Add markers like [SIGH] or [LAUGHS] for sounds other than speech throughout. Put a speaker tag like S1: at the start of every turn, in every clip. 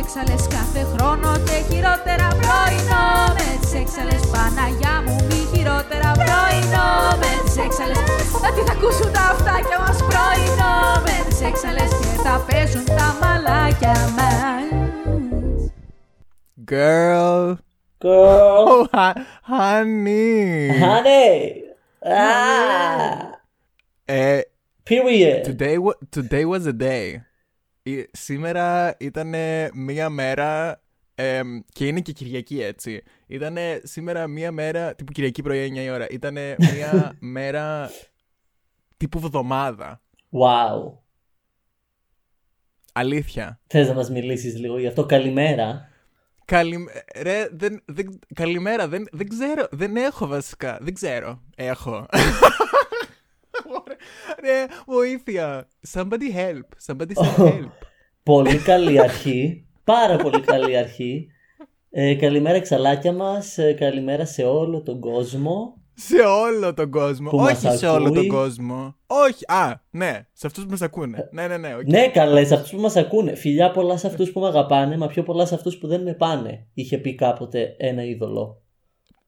S1: έξαλες κάθε χρόνο και χειρότερα πρωινό μες τις έξαλες Παναγιά μου μη χειρότερα πρωινό μες τις έξαλες Να τι θα ακούσουν τα αυτάκια μας πρωινό μες τις έξαλες και θα παίζουν τα μαλάκια μας
S2: Girl.
S3: Girl.
S2: Oh, hon- honey.
S3: Honey. Ah.
S2: Ε,
S3: Period.
S2: today, wa- today was a day. Ε, Σήμερα ήταν μία μέρα ε, και είναι και Κυριακή έτσι. Ήταν σήμερα μία μέρα, τύπου Κυριακή πρωί 9 η ώρα. Ήταν μία μέρα τύπου βδομάδα.
S3: Wow.
S2: Αλήθεια.
S3: Θες να μας μιλήσεις λίγο γι' αυτό. Καλημέρα.
S2: Καλη... Ρε, δεν, δεν, καλημέρα, δεν, δεν ξέρω, δεν έχω βασικά, δεν ξέρω, έχω. Ρε, βοήθεια, somebody help, somebody say help.
S3: Πολύ καλή αρχή. Πάρα πολύ καλή αρχή. Ε, καλημέρα εξαλάκια μας. Ε, καλημέρα σε όλο τον κόσμο.
S2: σε όλο τον κόσμο,
S3: Που μας
S2: όχι σε όλο
S3: ακούει.
S2: τον κόσμο. Όχι, α, ναι, σε αυτούς που μας ακούνε, ναι, ναι, ναι, οκ.
S3: Ναι, καλέ, σε αυτούς που μας ακούνε. Φιλιά πολλά σε αυτούς που με αγαπάνε, μα πιο πολλά σε αυτούς που δεν με πάνε. Είχε πει κάποτε ένα είδωλο.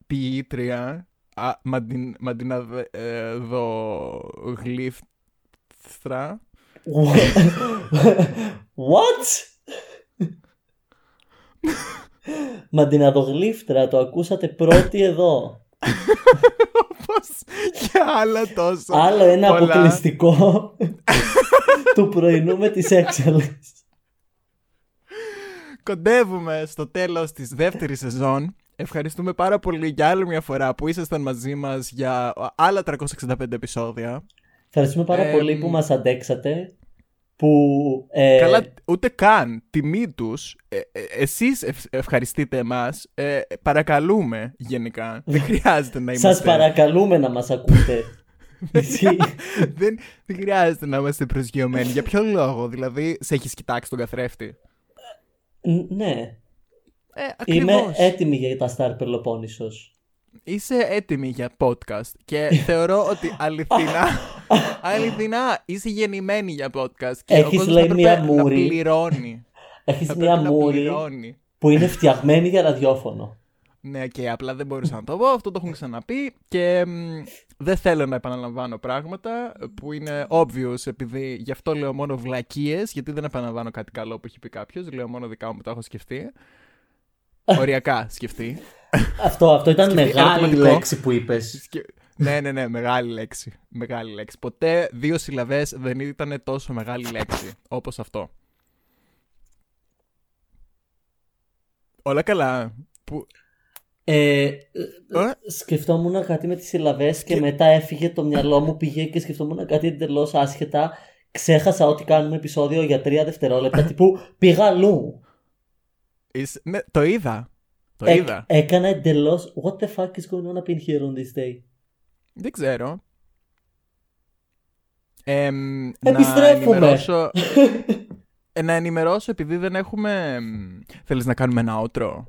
S2: ποιήτρια α, μαντιν, μαντιναδογλύφθρα.
S3: What? Μα την αδογλύφτρα το ακούσατε πρώτοι εδώ.
S2: Όπως και άλλα τόσα.
S3: Άλλο ένα
S2: πολλά.
S3: αποκλειστικό του πρωινού με τις έξαλλες.
S2: Κοντεύουμε στο τέλος της δεύτερης σεζόν. Ευχαριστούμε πάρα πολύ για άλλη μια φορά που ήσασταν μαζί μας για άλλα 365 επεισόδια.
S3: Ευχαριστούμε πάρα
S2: Ε,
S3: πολύ που μας αντέξατε. Που. ε,
S2: Καλά, ούτε καν. Τιμή τους. Ε, ε, εσείς ευ- ευχαριστείτε εμάς. Ε, παρακαλούμε γενικά. Δεν χρειάζεται να είμαστε... Ναι.
S3: Ναι. Σας παρακαλούμε να μας ακούτε. Εσύ.
S2: δεν, δεν χρειάζεται να είμαστε προσγειωμένοι. Για ποιο λόγο, δηλαδή, σε έχεις κοιτάξει τον καθρέφτη.
S3: ναι.
S2: Ε,
S3: Είμαι
S2: ακριβώς.
S3: έτοιμη για τα Star Πελοπόννησος.
S2: Είσαι έτοιμη για podcast και θεωρώ ότι
S3: [LAUGHS]
S2: αληθινά, αληθινά είσαι γεννημένη για podcast και
S3: Έχεις,
S2: ο κόσμος
S3: λέει,
S2: θα
S3: μία
S2: έπρεπε να
S3: μούρη.
S2: πληρώνει.
S3: Έχεις
S2: θα
S3: μια
S2: πρέπει να
S3: μούρη
S2: πληρώνει.
S3: που είναι φτιαγμένη για ραδιόφωνο.
S2: Ναι, και απλά δεν μπορούσα να το πω. Αυτό το έχουν ξαναπεί. Και μ, δεν θέλω να επαναλαμβάνω πράγματα που είναι obvious, επειδή γι' αυτό λέω μόνο βλακίες, γιατί δεν επαναλαμβάνω κάτι καλό που έχει πει κάποιος. Λέω μόνο δικά μου που τα έχω
S3: [LAUGHS]
S2: σκεφτεί. Οριακά σκεφτεί.
S3: Αυτό, αυτό ήταν
S2: Σκεφτεί-
S3: μεγάλη
S2: ερωτηματικό.
S3: λέξη που είπες.
S2: Σκε- Ναι, ναι, ναι, μεγάλη λέξη. Μεγάλη λέξη. Ποτέ δύο συλλαβές δεν ήταν τόσο μεγάλη λέξη όπως αυτό. Όλα καλά. Που...
S3: Ε, ε,
S2: Ε?
S3: σκεφτόμουν κάτι με τις συλλαβές και μετά έφυγε το μυαλό μου, πήγε και σκεφτόμουν κάτι εντελώς άσχετα. Ξέχασα ότι κάνουμε επεισόδιο για
S2: [LAUGHS]
S3: τρία δευτερόλεπτα τύπου πήγα αλλού.
S2: Είσαι- Ναι, το είδα. Το
S3: Έκ-
S2: είδα.
S3: έκανα εντελώς. What the fuck is going on up in here on this day?
S2: Δεν ξέρω. Εμ,
S3: Επιστρέφουμε.
S2: Να ενημερώσω, ε, να ενημερώσω επειδή δεν έχουμε... εμ, Θέλεις να κάνουμε ένα outro.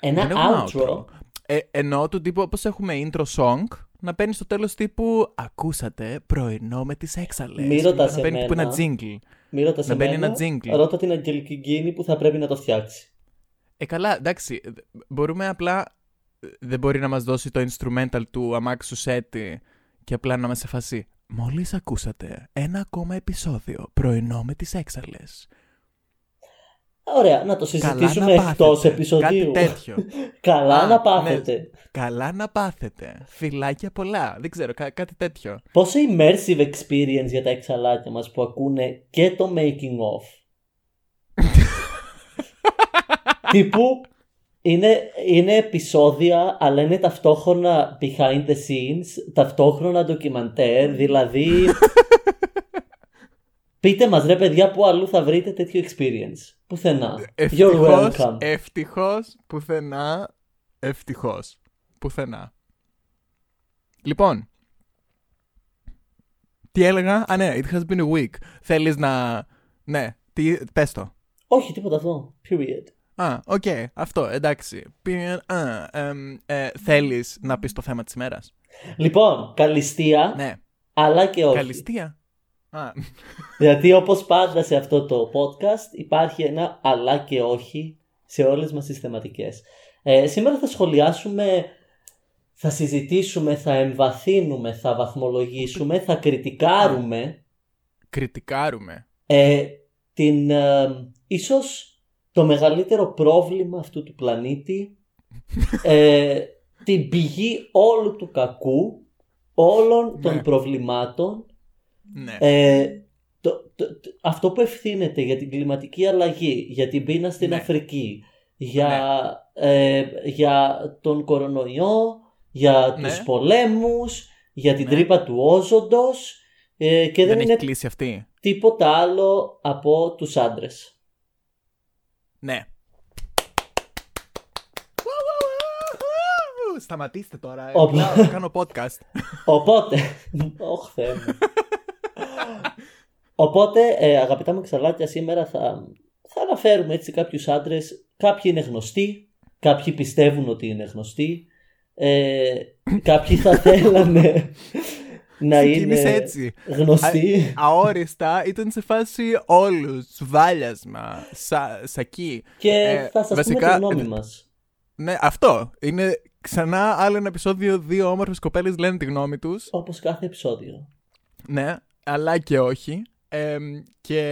S3: Ένα
S2: Δεν έχουμε
S3: outro.
S2: Ε, εννοώ του τύπου όπως έχουμε intro song, να παίρνεις στο τέλος τύπου «Ακούσατε πρωινό με τις έξαλες».
S3: Μη ρωτάς
S2: Και μετά Να παίρνει τύπου ένα
S3: εμένα.
S2: jingle.
S3: Μη ρώτα σε
S2: Να μπαίνει
S3: μένα,
S2: ένα jingle.
S3: Ρώτα την Αγγελική Γκίνη που θα πρέπει να το φτιάξει.
S2: Ε, καλά, εντάξει. δε- Μπορούμε απλά. ε, Δεν μπορεί να μας δώσει το instrumental του αμάξου σέτη και απλά να μα εφασεί. Μόλις ακούσατε ένα ακόμα επεισόδιο πρωινό με τις έξαλε.
S3: Ωραία, να το συζητήσουμε εκτό επεισοδίου.
S2: Κάτι τέτοιο.
S3: Καλά
S2: Α,
S3: να πάθετε.
S2: ναι. Καλά να πάθετε. Φιλάκια πολλά. Δεν ξέρω, κα- κάτι τέτοιο.
S3: Πόσο immersive experience για τα εξαλάκια μας που ακούνε και το making of. Τύπου είναι, είναι επεισόδια αλλά είναι ταυτόχρονα behind the scenes, ταυτόχρονα ντοκιμαντέρ, δηλαδή... Πείτε μας ρε παιδιά που αλλού θα βρείτε τέτοιο experience. Πουθενά. You're
S2: Ευτυχώς.
S3: welcome.
S2: Ευτυχώς. Πουθενά. Ευτυχώς. Πουθενά. Λοιπόν. Τι έλεγα. Α, ναι, it has been a week. Θέλεις να. Ναι, τι... πες το.
S3: Όχι τίποτα αυτό. Period.
S2: Α, οκ, αυτό, εντάξει. Period. Α, εμ, ε, θέλεις να πεις το θέμα της ημέρας.
S3: Λοιπόν, καλυστία
S2: Ναι.
S3: αλλά και όχι.
S2: Καλυστία. Α, [LAUGHS]
S3: Γιατί όπως πάντα σε αυτό το podcast υπάρχει ένα αλλά και όχι σε όλες μας τις θεματικές. Ε, σήμερα θα σχολιάσουμε, θα συζητήσουμε, θα εμβαθύνουμε, θα βαθμολογήσουμε, θα κριτικάρουμε
S2: κριτικάρουμε.
S3: ε, την, ε, ίσως το μεγαλύτερο πρόβλημα αυτού του πλανήτη, ε, την πηγή όλου του κακού, όλων των
S2: Ναι.
S3: προβλημάτων
S2: Ναι.
S3: ε, το, το- το- αυτό που ευθύνεται για την κλιματική αλλαγή, για την πείνα στην
S2: Ναι.
S3: Αφρική, για, ε, για τον κορονοϊό, για
S2: Ναι.
S3: τους πολέμους, για την
S2: Ναι.
S3: τρύπα του όζοντος ε, και δεν,
S2: δεν έχει
S3: είναι
S2: κλείσει αυτή.
S3: τίποτα άλλο από τους άντρες.
S2: Ναι. Σταματήστε τώρα.
S3: Όπα.
S2: Μιλάω, Κάνω podcast.
S3: Οπότε, όχ Θεέ μου. Οπότε, ε, αγαπητά μου ξαλάκια, σήμερα θα, θα αναφέρουμε έτσι κάποιους άντρες. Κάποιοι είναι γνωστοί, κάποιοι πιστεύουν ότι είναι γνωστοί, ε, κάποιοι θα
S2: [LAUGHS]
S3: θέλανε να είναι
S2: Ξεκίνησε έτσι. ε,
S3: γνωστοί.
S2: Αόριστα ήταν σε φάση όλους. Σουβάλιασμα. Σα, σακί.
S3: και
S2: ε,
S3: θα σας
S2: βασικά,
S3: πούμε τη γνώμη
S2: ε,
S3: μας.
S2: Ναι, αυτό. Είναι ξανά άλλο ένα επεισόδιο. Δύο όμορφες κοπέλες λένε τη γνώμη τους.
S3: Όπως κάθε επεισόδιο.
S2: Ναι, αλλά και όχι. Εμ, και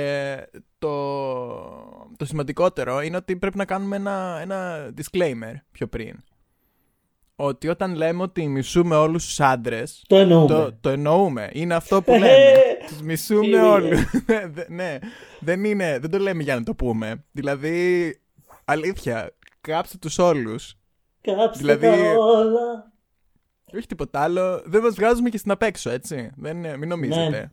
S2: το, το σημαντικότερο είναι ότι πρέπει να κάνουμε ένα, ένα disclaimer πιο πριν. Ότι όταν λέμε ότι μισούμε όλους τους άντρες,
S3: Το εννοούμε.
S2: το, το εννοούμε. Είναι αυτό που λέμε. Τους μισούμε
S3: Φίλε.
S2: όλους. [LAUGHS] Δε- ναι, δεν, είναι, δεν το λέμε για να το πούμε. Δηλαδή, αλήθεια, κάψτε τους όλους.
S3: Κάψτε
S2: δηλαδή-
S3: τα όλα.
S2: Όχι τίποτα άλλο. Δεν μας βγάζουμε και στην απέξω, έτσι. Δεν, είναι- μην νομίζετε.
S3: Ναι.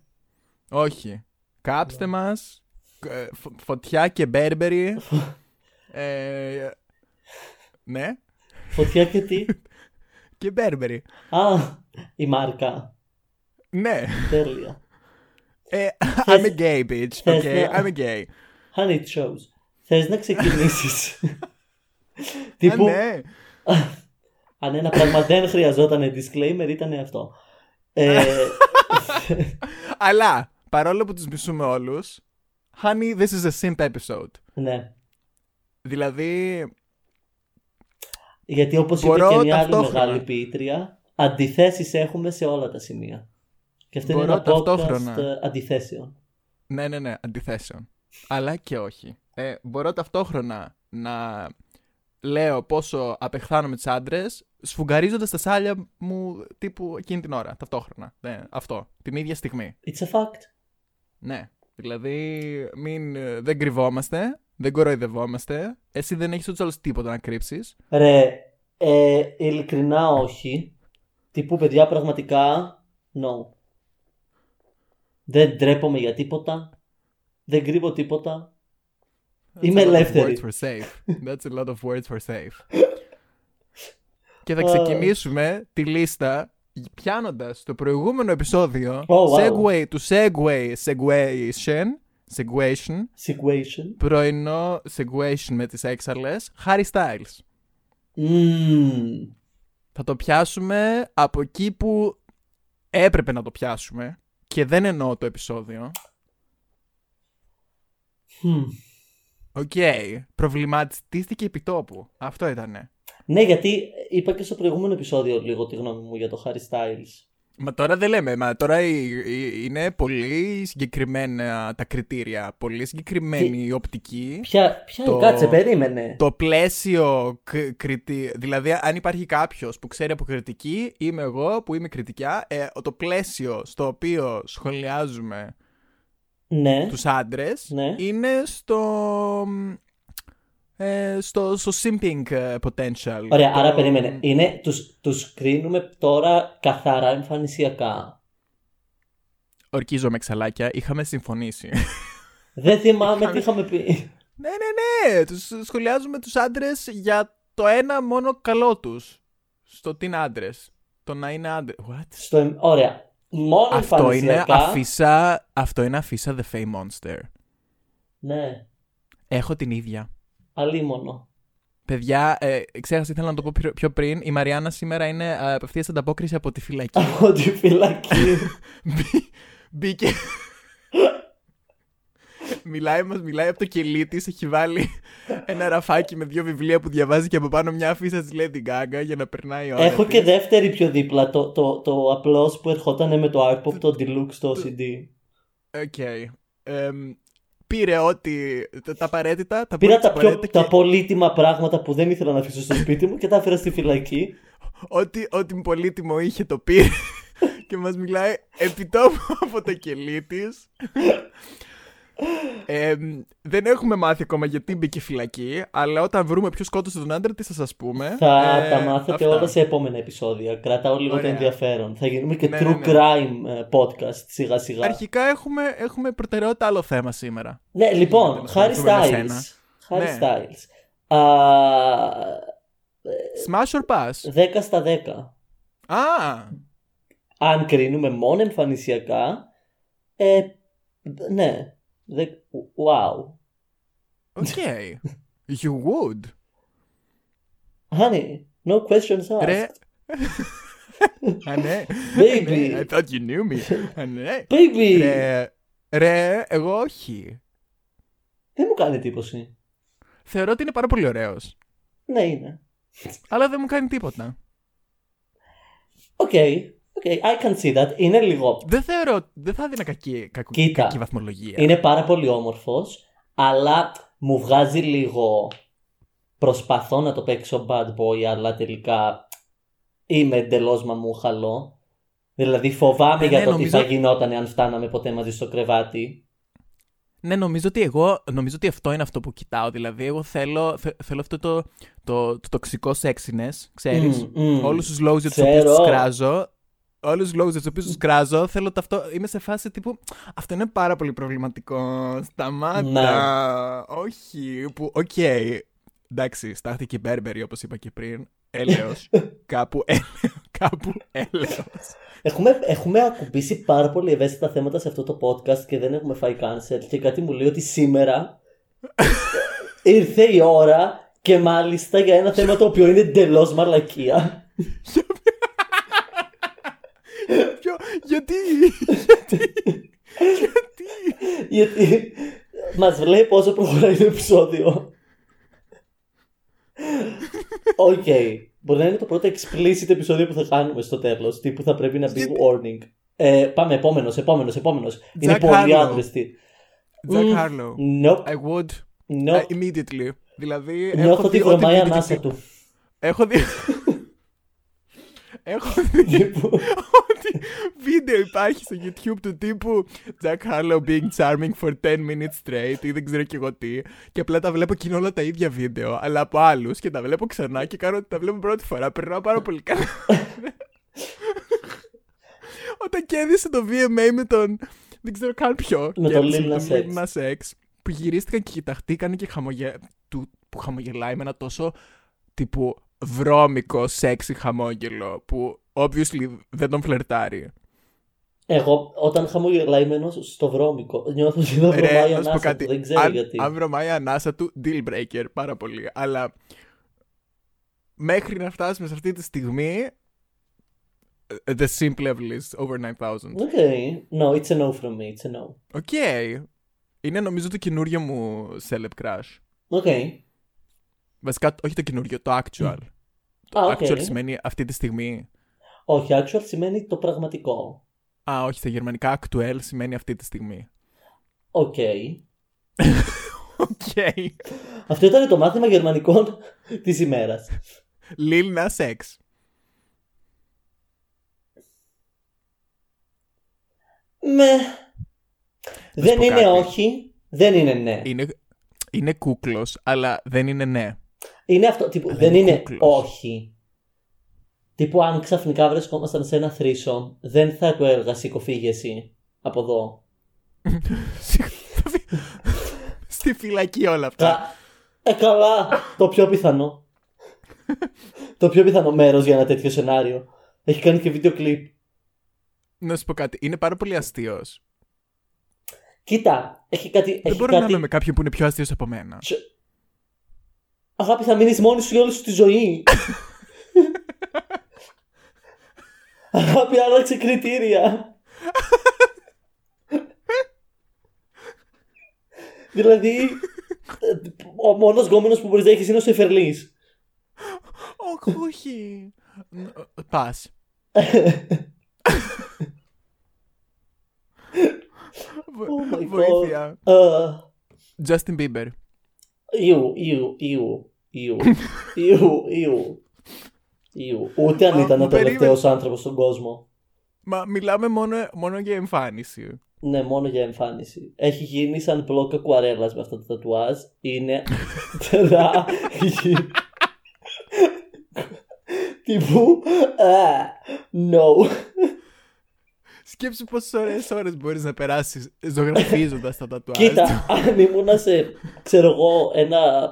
S2: Όχι. Κάψτε μας μα. Φωτιά και μπέρμπερι. ε, ναι,
S3: Φωτιά και τι.
S2: και μπέρμπερι.
S3: Α, η μάρκα.
S2: Ναι.
S3: Τέλεια.
S2: Ε, I'm a gay bitch.
S3: θες
S2: Okay,
S3: να-
S2: I'm a gay. Ε,
S3: Honey it shows. Θες να
S2: [LAUGHS]
S3: ξεκινήσεις.
S2: Α,
S3: Τύπου,
S2: Ε, ναι.
S3: αν ένα πράγμα δεν χρειαζόταν disclaimer ήταν αυτό.
S2: [LAUGHS]
S3: Ε,
S2: Αλλά παρόλο που τους μισούμε όλους Honey, this is a simp episode.
S3: ναι.
S2: Δηλαδή,
S3: Γιατί όπως είπε
S2: Μπορώ
S3: και μια άλλη
S2: ταυτόχρονα.
S3: μεγάλη ποιήτρια, αντιθέσεις έχουμε σε όλα τα σημεία. Και αυτό είναι
S2: Μπορώ
S3: ένα
S2: ταυτόχρονα.
S3: podcast ε, αντιθέσεων.
S2: Ναι, ναι, ναι, αντιθέσεων. Αλλά και όχι. Ε, μπορώ ταυτόχρονα να λέω πόσο απεχθάνομαι του άντρες, σφουγγαρίζοντας τα σάλια μου τύπου εκείνη την ώρα. Ταυτόχρονα. Ναι, αυτό. Την ίδια στιγμή.
S3: It's a fact.
S2: Ναι. Δηλαδή, μην, ε, δεν κρυβόμαστε, δεν κοροϊδευόμαστε. Εσύ δεν έχεις ούτως τίποτα να κρύψεις.
S3: Ρε, ε, ειλικρινά όχι. Τύπου παιδιά πραγματικά, no. Δεν ντρέπομαι για τίποτα. Δεν κρύβω τίποτα. Είμαι ελεύθερη.
S2: Words for safe. That's a lot of words for
S3: [LAUGHS]
S2: safe. Και θα
S3: Oh.
S2: ξεκινήσουμε τη λίστα πιάνοντας το προηγούμενο επεισόδιο.
S3: Oh, wow.
S2: Segway του Segway Segwation. Segwation.
S3: situation.
S2: Πρωινό Segwation με τις έξαρλες. Harry Styles.
S3: Mm.
S2: Θα το πιάσουμε από εκεί που έπρεπε να το πιάσουμε. Και δεν εννοώ το επεισόδιο.
S3: Hmm.
S2: Οκ. Προβληματιστήθηκε επί τόπου. Αυτό ήτανε.
S3: Ναι, γιατί είπα και στο προηγούμενο επεισόδιο λίγο τη γνώμη μου για το Harry Styles.
S2: Μα τώρα δεν λέμε, μα τώρα η- η- είναι πολύ συγκεκριμένα τα κριτήρια, πολύ συγκεκριμένη η οπτική,
S3: Ποια, ποια
S2: Το-
S3: κάτσε, περίμενε.
S2: το πλαίσιο κ- κριτη... δηλαδή αν υπάρχει κάποιος που ξέρει από κριτική, είμαι εγώ που είμαι κριτικιά, ε, το πλαίσιο στο οποίο σχολιάζουμε
S3: Ναι,
S2: τους άντρες
S3: Ναι.
S2: είναι στο... Ε, στο, στο simping ε, potential.
S3: ωραία,
S2: Το-
S3: άρα περίμενε. Είναι, τους, τους κρίνουμε τώρα καθαρά εμφανισιακά.
S2: Ορκίζομαι ξαλάκια, είχαμε συμφωνήσει.
S3: Δεν θυμάμαι τι είχαμε πει.
S2: Ναι, ναι, ναι. Τους σχολιάζουμε τους άντρες για το ένα μόνο καλό τους. Στο τι είναι άντρες. Το να είναι άντρες. What?
S3: Στο, εμ- ωραία. Μόνο
S2: Αυτό είναι
S3: εμφανισιακά.
S2: αφίσα, αυτό είναι αφίσα The Fame Monster.
S3: Ναι,
S2: Έχω την ίδια.
S3: αλίμονο. [LAUGHS]
S2: Παιδιά, ε, ξέχασα, ήθελα να το πω πιο- πιο πριν. Η Μαριάννα σήμερα είναι ε,
S3: [LAUGHS]
S2: απευθείας ανταπόκριση από τη φυλακή.
S3: Από τη φυλακή.
S2: Μπή- Μπήκε. Μιλάει, μας μιλάει από το κελί της. Έχει βάλει ένα ραφάκι με δύο βιβλία που διαβάζει και από πάνω μια αφίσα της Lady Gaga για να περνάει η ώρα.
S3: Έχω και
S2: της.
S3: δεύτερη πιο δίπλα. Το, το, το απλός που ερχόταν με το Artpop, το Deluxe, το CD.
S2: Οκ. Εμ, πήρε ό,τι. τα- Τα απαραίτητα. Τα
S3: Πήρα
S2: πρώτα
S3: τα, πιο,
S2: απαραίτητα και
S3: τα πολύτιμα πράγματα που δεν ήθελα να αφήσω στο σπίτι μου και τα έφερα στη φυλακή.
S2: ό,τι, ό,τι πολύτιμο είχε το
S3: [LAUGHS]
S2: πήρε. και μας μιλάει επιτόπου [LAUGHS] από το κελί της. δεν έχουμε μάθει ακόμα γιατί μπήκε φυλακή, αλλά όταν βρούμε ποιος σκότωσε τον άντρα της, θα σας πούμε.
S3: Θα
S2: Ε,
S3: τα μάθετε
S2: αυτά.
S3: όλα σε επόμενα επεισόδια. Κρατάω λίγο το
S2: Ωραία.
S3: ενδιαφέρον. Θα γίνουμε και
S2: Ναι,
S3: true
S2: ναι, ναι.
S3: crime ε, podcast σιγά σιγά.
S2: Αρχικά έχουμε, έχουμε προτεραιότητα άλλο θέμα σήμερα.
S3: Ναι, λοιπόν,
S2: τέλος πάντων,
S3: Harry
S2: με
S3: Styles.
S2: σένα.
S3: Harry
S2: Ναι.
S3: Styles. Α, Ε,
S2: Smash or pass.
S3: 10 στα 10.
S2: Α!
S3: Αν κρίνουμε μόνο εμφανισιακά, ε, ναι, δε, wow. [LAUGHS]
S2: Οκ. You would.
S3: Honey, no questions asked.
S2: Ρε. Α, ναι.
S3: Baby.
S2: Ναι, I thought you knew me. Α, ναι.
S3: Baby,
S2: Ρε. Ρε, εγώ όχι.
S3: δεν μου κάνει εντύπωση.
S2: Θεωρώ ότι είναι πάρα πολύ ωραίος.
S3: Ναι, είναι.
S2: Αλλά δεν μου κάνει τίποτα.
S3: Οκ, οκ, I can see that. Είναι λίγο.
S2: Δεν θεωρώ. Δεν θα έδινα κακή, κακου-
S3: Κοίτα.
S2: κακή βαθμολογία.
S3: Είναι πάρα πολύ όμορφος, αλλά μου βγάζει λίγο. Προσπαθώ να το παίξω bad boy, αλλά τελικά είμαι εντελώς μαμούχαλο. Δηλαδή φοβάμαι
S2: Ναι,
S3: για
S2: ναι,
S3: το
S2: νομίζω-
S3: τι θα γινόταν αν φτάναμε ποτέ μαζί στο κρεβάτι.
S2: Ναι, νομίζω ότι εγώ. Νομίζω ότι αυτό είναι αυτό που κοιτάω. Δηλαδή, εγώ θέλω, θε- θέλω αυτό το, το, το τοξικό sexiness, ξέρεις.
S3: Μμ, μμ.
S2: Όλους τους λόγους για τους
S3: Mm. Ξέρω.
S2: οποίους τους κράζω. Όλους τους λόγους για τους οποίους τους κράζω, θέλω το αυτό. Είμαι σε φάση τύπου. Αυτό είναι πάρα πολύ προβληματικό. Σταμάτα.
S3: Ναι.
S2: Όχι. Που, οκ. Εντάξει, στάχθηκε η Μπέρμπερι, όπως είπα και πριν. Έλεος.
S3: [LAUGHS]
S2: κάπου έλεος. Κάπου έλεος.
S3: Έχουμε, έχουμε ακουμπήσει πάρα πολύ ευαίσθητα θέματα σε αυτό το podcast και δεν έχουμε φάει cancel και κάτι μου λέει ότι
S2: [LAUGHS]
S3: σήμερα ήρθε η ώρα και μάλιστα για ένα θέμα το οποίο είναι εντελώς μαλακία.
S2: Ποιο.
S3: [LAUGHS]
S2: Γιατί. Γιατί. Γιατί.
S3: Γιατί μας βλέπει πόσο προχωράει το επεισόδιο. Οκ. Μπορεί να είναι το πρώτο explicit επεισόδιο που θα κάνουμε στο τέλος. Τι που θα πρέπει να μπει
S2: Γιατί-
S3: warning. Ε, πάμε, επόμενος, επόμενος, επόμενος. Είναι
S2: Jack
S3: πολύ
S2: Harlow.
S3: άντρεστη.
S2: Τζακ
S3: Μμμ.
S2: Χάρλο.
S3: Nope,
S2: I would.
S3: nope.
S2: I- Immediately. Δηλαδή.
S3: Νιώθω ότι
S2: δει
S3: βρωμάει η
S2: οτιδήποτε-
S3: ανάσα του.
S2: Έχω
S3: [LAUGHS]
S2: δει. [LAUGHS] Έχω δει
S3: Λοιπόν,
S2: [LAUGHS] ότι βίντεο υπάρχει στο YouTube του τύπου Jack Harlow being charming for 10 minutes straight ή δεν ξέρω και εγώ τι. Και απλά τα βλέπω και είναι όλα τα ίδια βίντεο, αλλά από άλλους και τα βλέπω ξανά και κάνω ότι τα βλέπω πρώτη φορά. Περνάω πάρα πολύ
S3: [LAUGHS]
S2: καλά. Όταν κέρδισε το VMA με τον. Δεν ξέρω καν ποιο.
S3: Με τον
S2: κέρδισε
S3: Lil Nas X.
S2: Nas X, Που γυρίστηκαν και κοιταχτήκαν και χαμογε... του... που χαμογελάει με ένα τόσο τύπου βρώμικο σεξι χαμόγελο που obviously δεν τον φλερτάρει.
S3: Εγώ όταν χαμογελάει μένω στο βρώμικο. Νιώθω ότι δεν
S2: Ρε, να
S3: βρωμάει η
S2: σου πω
S3: ανάσα του.
S2: κάτι.
S3: Δεν ξέρω
S2: αν,
S3: γιατί.
S2: αν βρωμάει η ανάσα του, deal breaker πάρα πολύ. Αλλά μέχρι να φτάσουμε σε αυτή τη στιγμή, the simple level is over 9000.
S3: Οκ. No, it's a no from me. It's a no.
S2: Οκ. Είναι νομίζω το καινούριο μου celeb crush.
S3: Οκ.
S2: Βασικά, όχι το καινούριο, το actual.
S3: Α, οκ.
S2: Actual σημαίνει αυτή τη στιγμή.
S3: Όχι, actual σημαίνει το πραγματικό.
S2: Α, όχι, στα γερμανικά actual σημαίνει αυτή τη στιγμή.
S3: Οκ.
S2: Οκ.
S3: Αυτό ήταν το μάθημα γερμανικών της ημέρας.
S2: Lil Nas X.
S3: Με. Ναι. Δεν
S2: πω
S3: είναι
S2: κάτι.
S3: όχι. Δεν είναι ναι.
S2: Είναι, είναι κούκλος, αλλά δεν είναι ναι.
S3: Είναι αυτό. Τύπου,
S2: Αλλά
S3: δεν
S2: είναι
S3: είναι
S2: κούκλος.
S3: όχι. Τύπου αν ξαφνικά βρισκόμασταν σε ένα θρήσο, δεν θα το έλεγα σηκωφύγε εσύ από εδώ.
S2: [LAUGHS] Στη φυλακή όλα
S3: Κα...
S2: αυτά.
S3: Ε, καλά. το πιο
S2: [LAUGHS]
S3: πιθανό. το πιο πιθανό μέρος για ένα τέτοιο σενάριο. Έχει κάνει και βίντεο κλιπ.
S2: να σου πω κάτι. Είναι πάρα πολύ αστείος.
S3: Κοίτα, έχει κάτι.
S2: Δεν
S3: έχει
S2: μπορώ να
S3: κάτι...
S2: είμαι με κάποιον που είναι πιο αστείος από μένα.
S3: Αγάπη, θα μείνεις μόνη σου για όλη σου τη ζωή. Αγάπη, άλλαξε κριτήρια. δηλαδή, ε, ο μόνος γκόμενος που μπορείς να έχεις είναι ο Σεφερλής.
S2: Οχ, όχι. Πα.
S3: Oh my God. Ε,
S2: Βοήθεια. Justin Bieber.
S3: Ιου, ιου, ιου, ιου, ιου, ιου, ιου. Ούτε αν
S2: Μα,
S3: ήταν
S2: μου
S3: ο
S2: περίμενε.
S3: τελευταίος άνθρωπος στον κόσμο.
S2: Μα μιλάμε μόνο, μόνο για εμφάνιση.
S3: Ναι, μόνο για εμφάνιση. Έχει γίνει σαν μπλοκ ακουαρέλας με αυτά τα τατουάζ. Είναι. τραγική. Τύπου. α, No.
S2: Σκέψου πόσες ωραίες ώρες μπορείς να περάσεις ζωγραφίζοντας τα τατουάζ.
S3: Κοίτα, αν ήμουνα σε, ξέρω εγώ, ένα.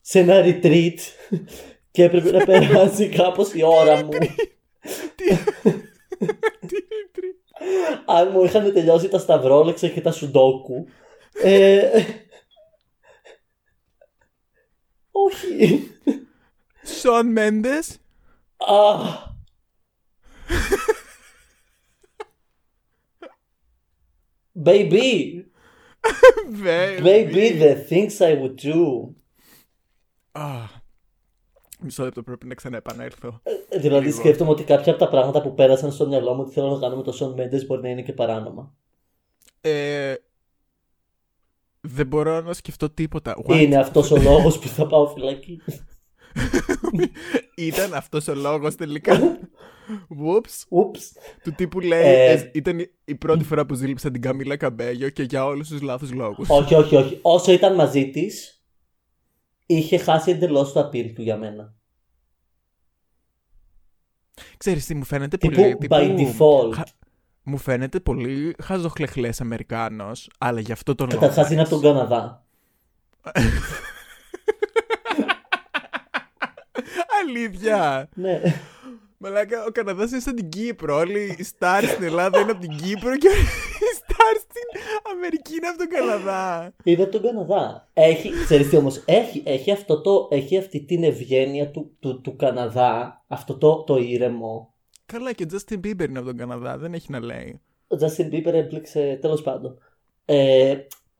S3: σε ένα retreat και έπρεπε να περάσει κάπως η ώρα μου. αν μου είχαν τελειώσει τα σταυρόλεξα και τα σουντόκου. Ε, όχι.
S2: Σον Μέντε.
S3: Αχ. Baby, baby, the things I would do.
S2: Μισό λεπτό πρέπει να ξαναεπανέλθω.
S3: Ε, Δηλαδή
S2: Λίγο.
S3: σκέφτομαι ότι κάποια από τα πράγματα που πέρασαν στο μυαλό μου ότι θέλω να κάνω με τον Σον Μέντε μπορεί να είναι και παράνομα.
S2: Ε, δεν μπορώ να σκεφτώ τίποτα. What?
S3: Είναι αυτός ο λόγος που θα πάω φυλακή.
S2: Ήταν αυτός ο λόγος τελικά. Whoops.
S3: Ούψ.
S2: Του τύπου λέει.
S3: Ε.
S2: «Ε, ήταν η- η πρώτη φορά που ζήλεψα την Καμίλα Καμπέγιο και για όλους τους λάθους λόγους.
S3: όχι, όχι, όχι. Όσο ήταν μαζί της, είχε χάσει εντελώς το απειλ του για μένα.
S2: Ξέρεις τι μου φαίνεται πολύ.
S3: Τύπου by default.
S2: χα- Μου φαίνεται πολύ χαζοχλεχλές Αμερικάνος, αλλά γι' αυτό τον λόγο.
S3: Καταρχάς είναι από τον Καναδά.
S2: Αλήθεια!
S3: Ναι.
S2: Μαλάκα, ο Καναδάς είναι σαν την Κύπρο. Όλοι οι stars στην Ελλάδα είναι από την Κύπρο και οι stars στην Αμερική είναι από τον Καναδά.
S3: Είναι από τον Καναδά. Έχει, ξέρεις τι όμως, έχει, έχει, αυτό το, έχει αυτή την ευγένεια του, του, του Καναδά, αυτό το, το ήρεμο.
S2: Καλά, και ο Justin Bieber είναι από τον Καναδά, δεν έχει να λέει.
S3: Ο Justin Bieber έπληξε, τέλος πάντων. Ε,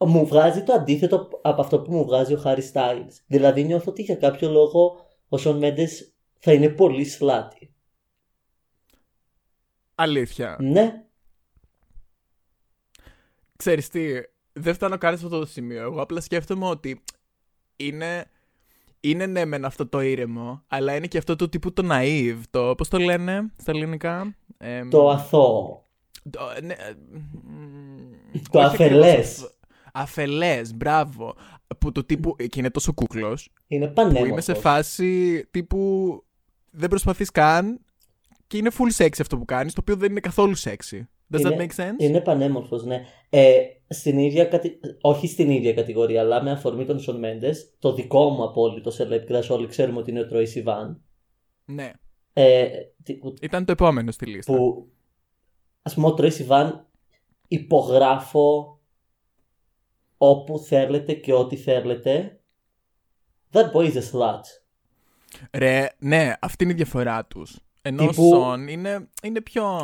S3: μου βγάζει το αντίθετο από αυτό που μου βγάζει ο Harry Styles. Δηλαδή νιώθω ότι για κάποιο λόγο ο Σον Μέντες θα είναι πολύ σλάτη.
S2: Αλήθεια.
S3: Ναι,
S2: Ξέρεις τι, δεν φτάνω καν σε αυτό το σημείο. Εγώ απλά σκέφτομαι ότι είναι. Είναι ναι μεν αυτό το ήρεμο, αλλά είναι και αυτό το τύπου το naive, το πώς το λένε στα ελληνικά. Εμ,
S3: το αθώο.
S2: Το, ναι, ε, μ,
S3: Το
S2: όχι ακριβώς
S3: αφελές.
S2: αυτό. Αφελές, μπράβο. Που του τύπου. ε, και είναι τόσο κούκλος
S3: Είναι
S2: που
S3: πανέμορφος.
S2: είμαι σε φάση τύπου. Δεν προσπαθείς καν και είναι full sexy αυτό που κάνεις, το οποίο δεν είναι καθόλου sexy. Does that
S3: Είναι-
S2: make sense?
S3: Είναι πανέμορφος, ναι. Ε, στην ίδια κατε- Όχι στην ίδια κατηγορία, αλλά με αφορμή τον Σον Μέντε, το δικό μου απόλυτο σελέπ crush, όλοι ξέρουμε ότι είναι ο Τρόι Σιβάν.
S2: Ναι.
S3: Ε, τι- που-
S2: Ήταν το επόμενο στη λίστα.
S3: που ας πούμε, ο Τρόι Σιβάν υπογράφω όπου θέλετε και ό,τι θέλετε. That boy is a slut.
S2: Ρε, ναι, αυτή είναι η διαφορά τους. Ενώ
S3: Τύπου-
S2: ο Σον είναι, είναι πιο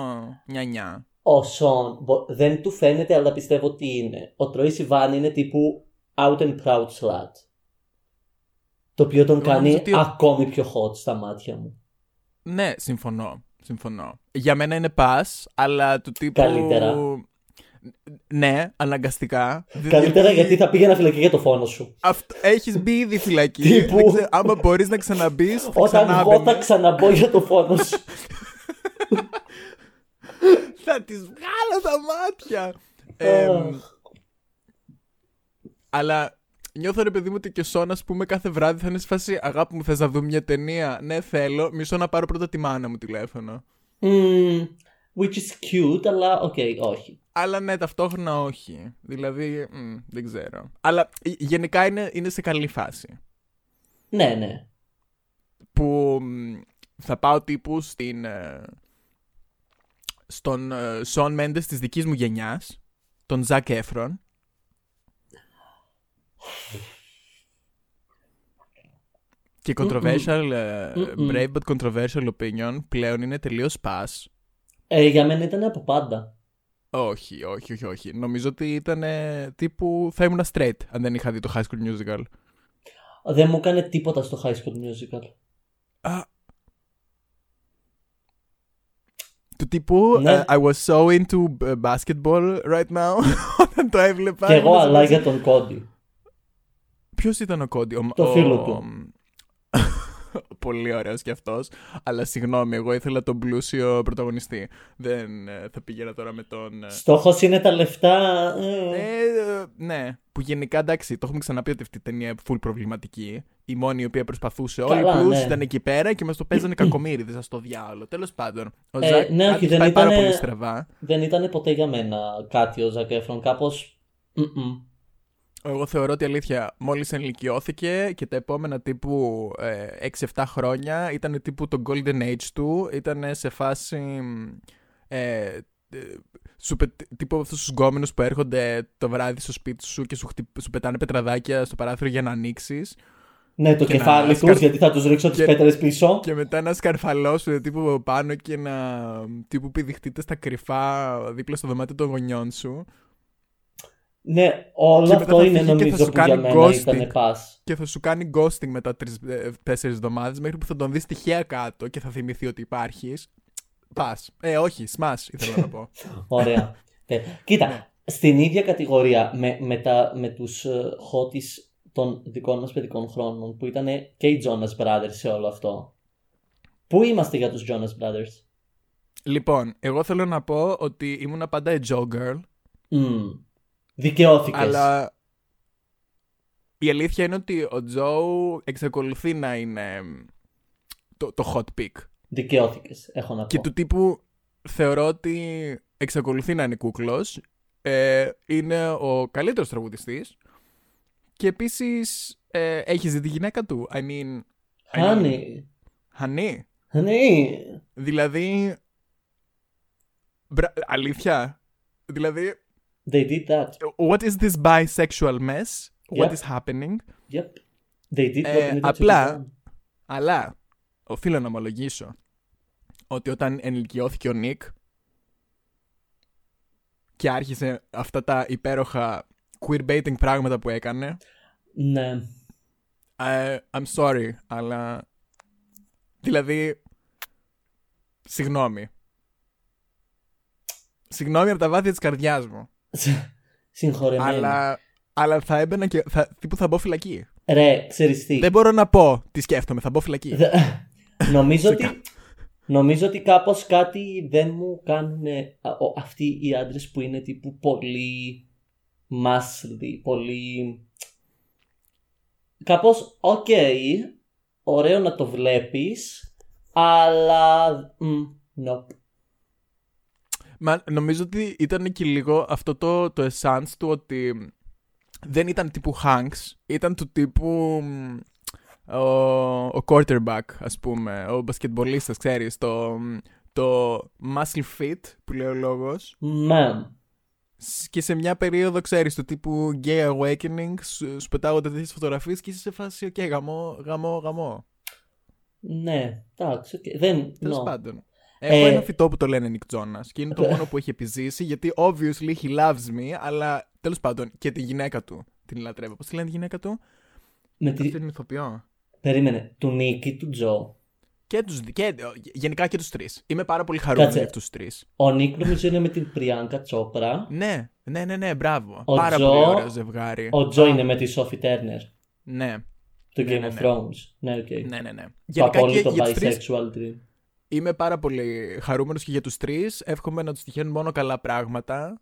S2: νιανιά.
S3: Ο Σον μπο- δεν του φαίνεται, αλλά πιστεύω ότι είναι. Ο Τρόι Σιβάν είναι τύπου out and proud slut. Το οποίο τον
S2: Νομίζω
S3: κάνει
S2: ότι-
S3: ακόμη πιο hot στα μάτια μου.
S2: Ναι, συμφωνώ. Συμφωνώ. Για μένα είναι pass, αλλά του τύπου.
S3: Καλύτερα.
S2: Ναι, αναγκαστικά. Δι-
S3: Καλύτερα
S2: δι-
S3: γιατί θα πήγαινα φυλακή για το φόνο σου.
S2: Αυτό... Έχεις μπει ήδη φυλακή.
S3: [LAUGHS] Τύπου-
S2: Δεν ξέρω, άμα μπορείς να ξαναμπείς, θα
S3: Όταν εγώ θα
S2: ξανάμπαινες.
S3: ξαναμπω για το φόνο σου.
S2: Θα τις βγάλω τα μάτια. [LAUGHS] Εμ,
S3: Αχ.
S2: αλλά νιώθω ρε παιδί μου ότι και ο Σόν, ας πούμε, κάθε βράδυ θα είναι σε φάση Αγάπη μου, θες να δούμε μια ταινία. Ναι, θέλω. Μισό να πάρω πρώτα τη μάνα μου τηλέφωνο.
S3: Μμμ, which is cute, αλλά οκ, όχι.
S2: Αλλά ναι, ταυτόχρονα όχι. Δηλαδή, μ, δεν ξέρω. Αλλά ε, γενικά είναι, είναι σε καλή φάση.
S3: Ναι, ναι.
S2: Που μ, θα πάω τύπου στην, ε, στον ε, Σον Μέντες της δικής μου γενιάς, τον Ζακ Έφρον. Και controversial, ε,
S3: Mm-mm.
S2: brave but controversial opinion, πλέον είναι τελείως pass.
S3: Ε, για μένα ήταν από πάντα.
S2: Όχι, όχι, όχι, όχι. Νομίζω ότι ήταν ε, τύπου θα ήμουν straight αν δεν είχα δει το High School Musical.
S3: Δεν μου έκανε τίποτα στο High School Musical.
S2: Α. Του τύπου
S3: Ναι.
S2: ε, I was so into ε, basketball right now [LAUGHS] όταν το έβλεπα.
S3: Και εγώ αλλά για τον Κόντι.
S2: Ε. Ποιο ήταν ο Κόντι, ο,
S3: Το
S2: ο-
S3: φίλο του.
S2: [LAUGHS] Πολύ ωραίος κι αυτός. Αλλά συγγνώμη, εγώ ήθελα τον πλούσιο πρωταγωνιστή. Δεν ε, θα πήγαινα τώρα με τον. ε,
S3: Στόχος είναι τα λεφτά. ε,
S2: Ε, ε, ναι, που γενικά εντάξει, το έχουμε ξαναπεί ότι αυτή η ταινία είναι full προβληματική. Η μόνη η οποία προσπαθούσε. Όλοι οι
S3: Καλά,
S2: πλούσιοι
S3: ναι.
S2: ήταν εκεί πέρα και μας το
S3: [CLEARS THROAT]
S2: παίζανε κακομίριδε. Α το διάολο. Τέλος πάντων. Ο
S3: Ε,
S2: Ζακ
S3: ναι, όχι,
S2: κάτι
S3: δεν
S2: πάει πάρα
S3: ήτανε-
S2: πολύ στραβά.
S3: Δεν ήταν ποτέ για μένα κάτι ο Ζακ Έφρον. Κάπως.
S2: Εγώ θεωρώ ότι αλήθεια, μόλις ενηλικιώθηκε και τα επόμενα τύπου ε, 6-7 χρόνια ήταν τύπου το Golden Age του. Ήταν σε φάση. Ε, ε, σου πε- τύπου αυτούς τους γκόμενους που έρχονται το βράδυ στο σπίτι σου και σου, χτυ- σου πετάνε πετραδάκια στο παράθυρο για να ανοίξεις.
S3: Ναι, το
S2: Και να
S3: κεφάλι του,
S2: σκαρφ-
S3: γιατί θα τους ρίξω τις
S2: και-
S3: πέτρες πίσω.
S2: Και μετά να σκαρφαλώσουν δηλαδή, τύπου από πάνω και να τύπου πηδηχτείτε στα κρυφά δίπλα στο δωμάτιο των γονιών σου.
S3: Ναι, όλο
S2: και μετά
S3: αυτό
S2: θα
S3: είναι
S2: φύγει και θα
S3: νομίζω
S2: σου
S3: που για
S2: κάνει
S3: μένα
S2: ghosting.
S3: ήταν πα.
S2: Και θα σου κάνει ghosting μετά τρει-τέσσερι εβδομάδες μέχρι που θα τον δεις τυχαία κάτω και θα θυμηθεί ότι υπάρχεις. Πας. Ε, όχι, σμα, ήθελα να πω. [LAUGHS]
S3: Ωραία. Ε,
S2: Ναι.
S3: Κοίτα, στην ίδια κατηγορία με, με, τα, με τους ε, χότις των δικών μας παιδικών χρόνων που ήταν και οι Jonas Brothers σε όλο αυτό. Πού είμαστε για τους Jonas Brothers?
S2: λοιπόν, εγώ θέλω να πω ότι ήμουν πάντα a Joe girl,
S3: Mm. Δικαιώθηκες.
S2: αλλά. Η αλήθεια είναι ότι ο Τζο εξακολουθεί να είναι εμ, το, το hot pick.
S3: Δικαιώθηκες, έχω να πω.
S2: Και του τύπου θεωρώ ότι εξακολουθεί να είναι κούκλος. Ε, είναι ο καλύτερος τραγουδιστής. Και επίσης ε, έχει δει τη γυναίκα του. I mean... I mean,
S3: Χάνει.
S2: Honey.
S3: Χάνει.
S2: Δηλαδή... Μπρα- Αλήθεια. Δηλαδή...
S3: They did that.
S2: What is this bisexual mess? What
S3: Yeah.
S2: is happening?
S3: Yep. They did
S2: Ε,
S3: what needed to be
S2: απλά-
S3: done.
S2: Αλλά οφείλω να ομολογήσω ότι όταν ενηλικιώθηκε ο Νίκ και άρχισε αυτά τα υπέροχα queerbaiting πράγματα που έκανε
S3: Ναι.
S2: ε, I'm sorry, αλλά δηλαδή συγγνώμη. Συγγνώμη από τα βάθη της καρδιάς μου.
S3: Συγχωρεμένη.
S2: Αλλά, αλλά θα έμπαινα και θα, τύπου θα μπω φυλακή.
S3: Ρε, ξέρεις τι.
S2: Δεν μπορώ να πω τι σκέφτομαι, θα μπω φυλακή.
S3: Δε- νομίζω ότι. Νομίζω ότι κάπως κάτι δεν μου κάνουν αυτοί οι άντρες που είναι τύπου πολύ μάσλοι, πολύ... Κάπως, οκ, ωραίο να το βλέπεις, αλλά... μ, no.
S2: Μα νομίζω ότι ήταν και λίγο αυτό το, το essence του ότι δεν ήταν τύπου Hanks, ήταν του τύπου μ, ο, ο quarterback ας πούμε, ο μπασκετμπολίστας ξέρεις, το, το muscle fit που λέει ο λόγος
S3: Ναι.
S2: Σ- και σε μια περίοδο ξέρεις του τύπου gay awakening σου, σου πετάγονται τέτοιες φωτογραφίες και είσαι σε φάση οκ γαμό, γαμό, γαμό,
S3: Ναι, εντάξει, οκ. δεν...
S2: τέλος
S3: no.
S2: πάντων. Έχω
S3: Ε,
S2: ένα φυτό που το λένε Nick Jonas και είναι το μόνο που έχει επιζήσει γιατί obviously he loves me, αλλά τέλος πάντων και τη γυναίκα του την λατρεύω. Πώς τη λένε τη γυναίκα του,
S3: Με Ε, τη...
S2: Αυτή είναι ηθοποιό.
S3: Περίμενε, του Νίκη, του Τζο.
S2: Και τους, δι- και, ε, γενικά και τους τρεις. Είμαι πάρα πολύ χαρούμενο
S3: Κάτσε.
S2: για αυτούς τους τρεις.
S3: Ο Νίκ νομίζω είναι με την Πριάνκα Τσόπρα.
S2: Ναι, ναι, ναι, ναι, μπράβο.
S3: Ο
S2: πάρα
S3: Τζο-
S2: πολύ ωραίο ζευγάρι.
S3: Ο Τζο είναι με τη Σόφι Τέρνερ.
S2: Ναι,
S3: Το
S2: Ναι,
S3: Game
S2: ναι,
S3: of
S2: ναι.
S3: Thrones. Ναι, οκ. Okay.
S2: ναι, ναι, ναι.
S3: Το
S2: Γενικά και
S3: απόλυτο
S2: για τους τρεις
S3: bisexual dream.
S2: είμαι πάρα πολύ χαρούμενος και για τους τρεις. Εύχομαι να τους τυχαίνουν μόνο καλά
S3: [LAUGHS]
S2: πράγματα.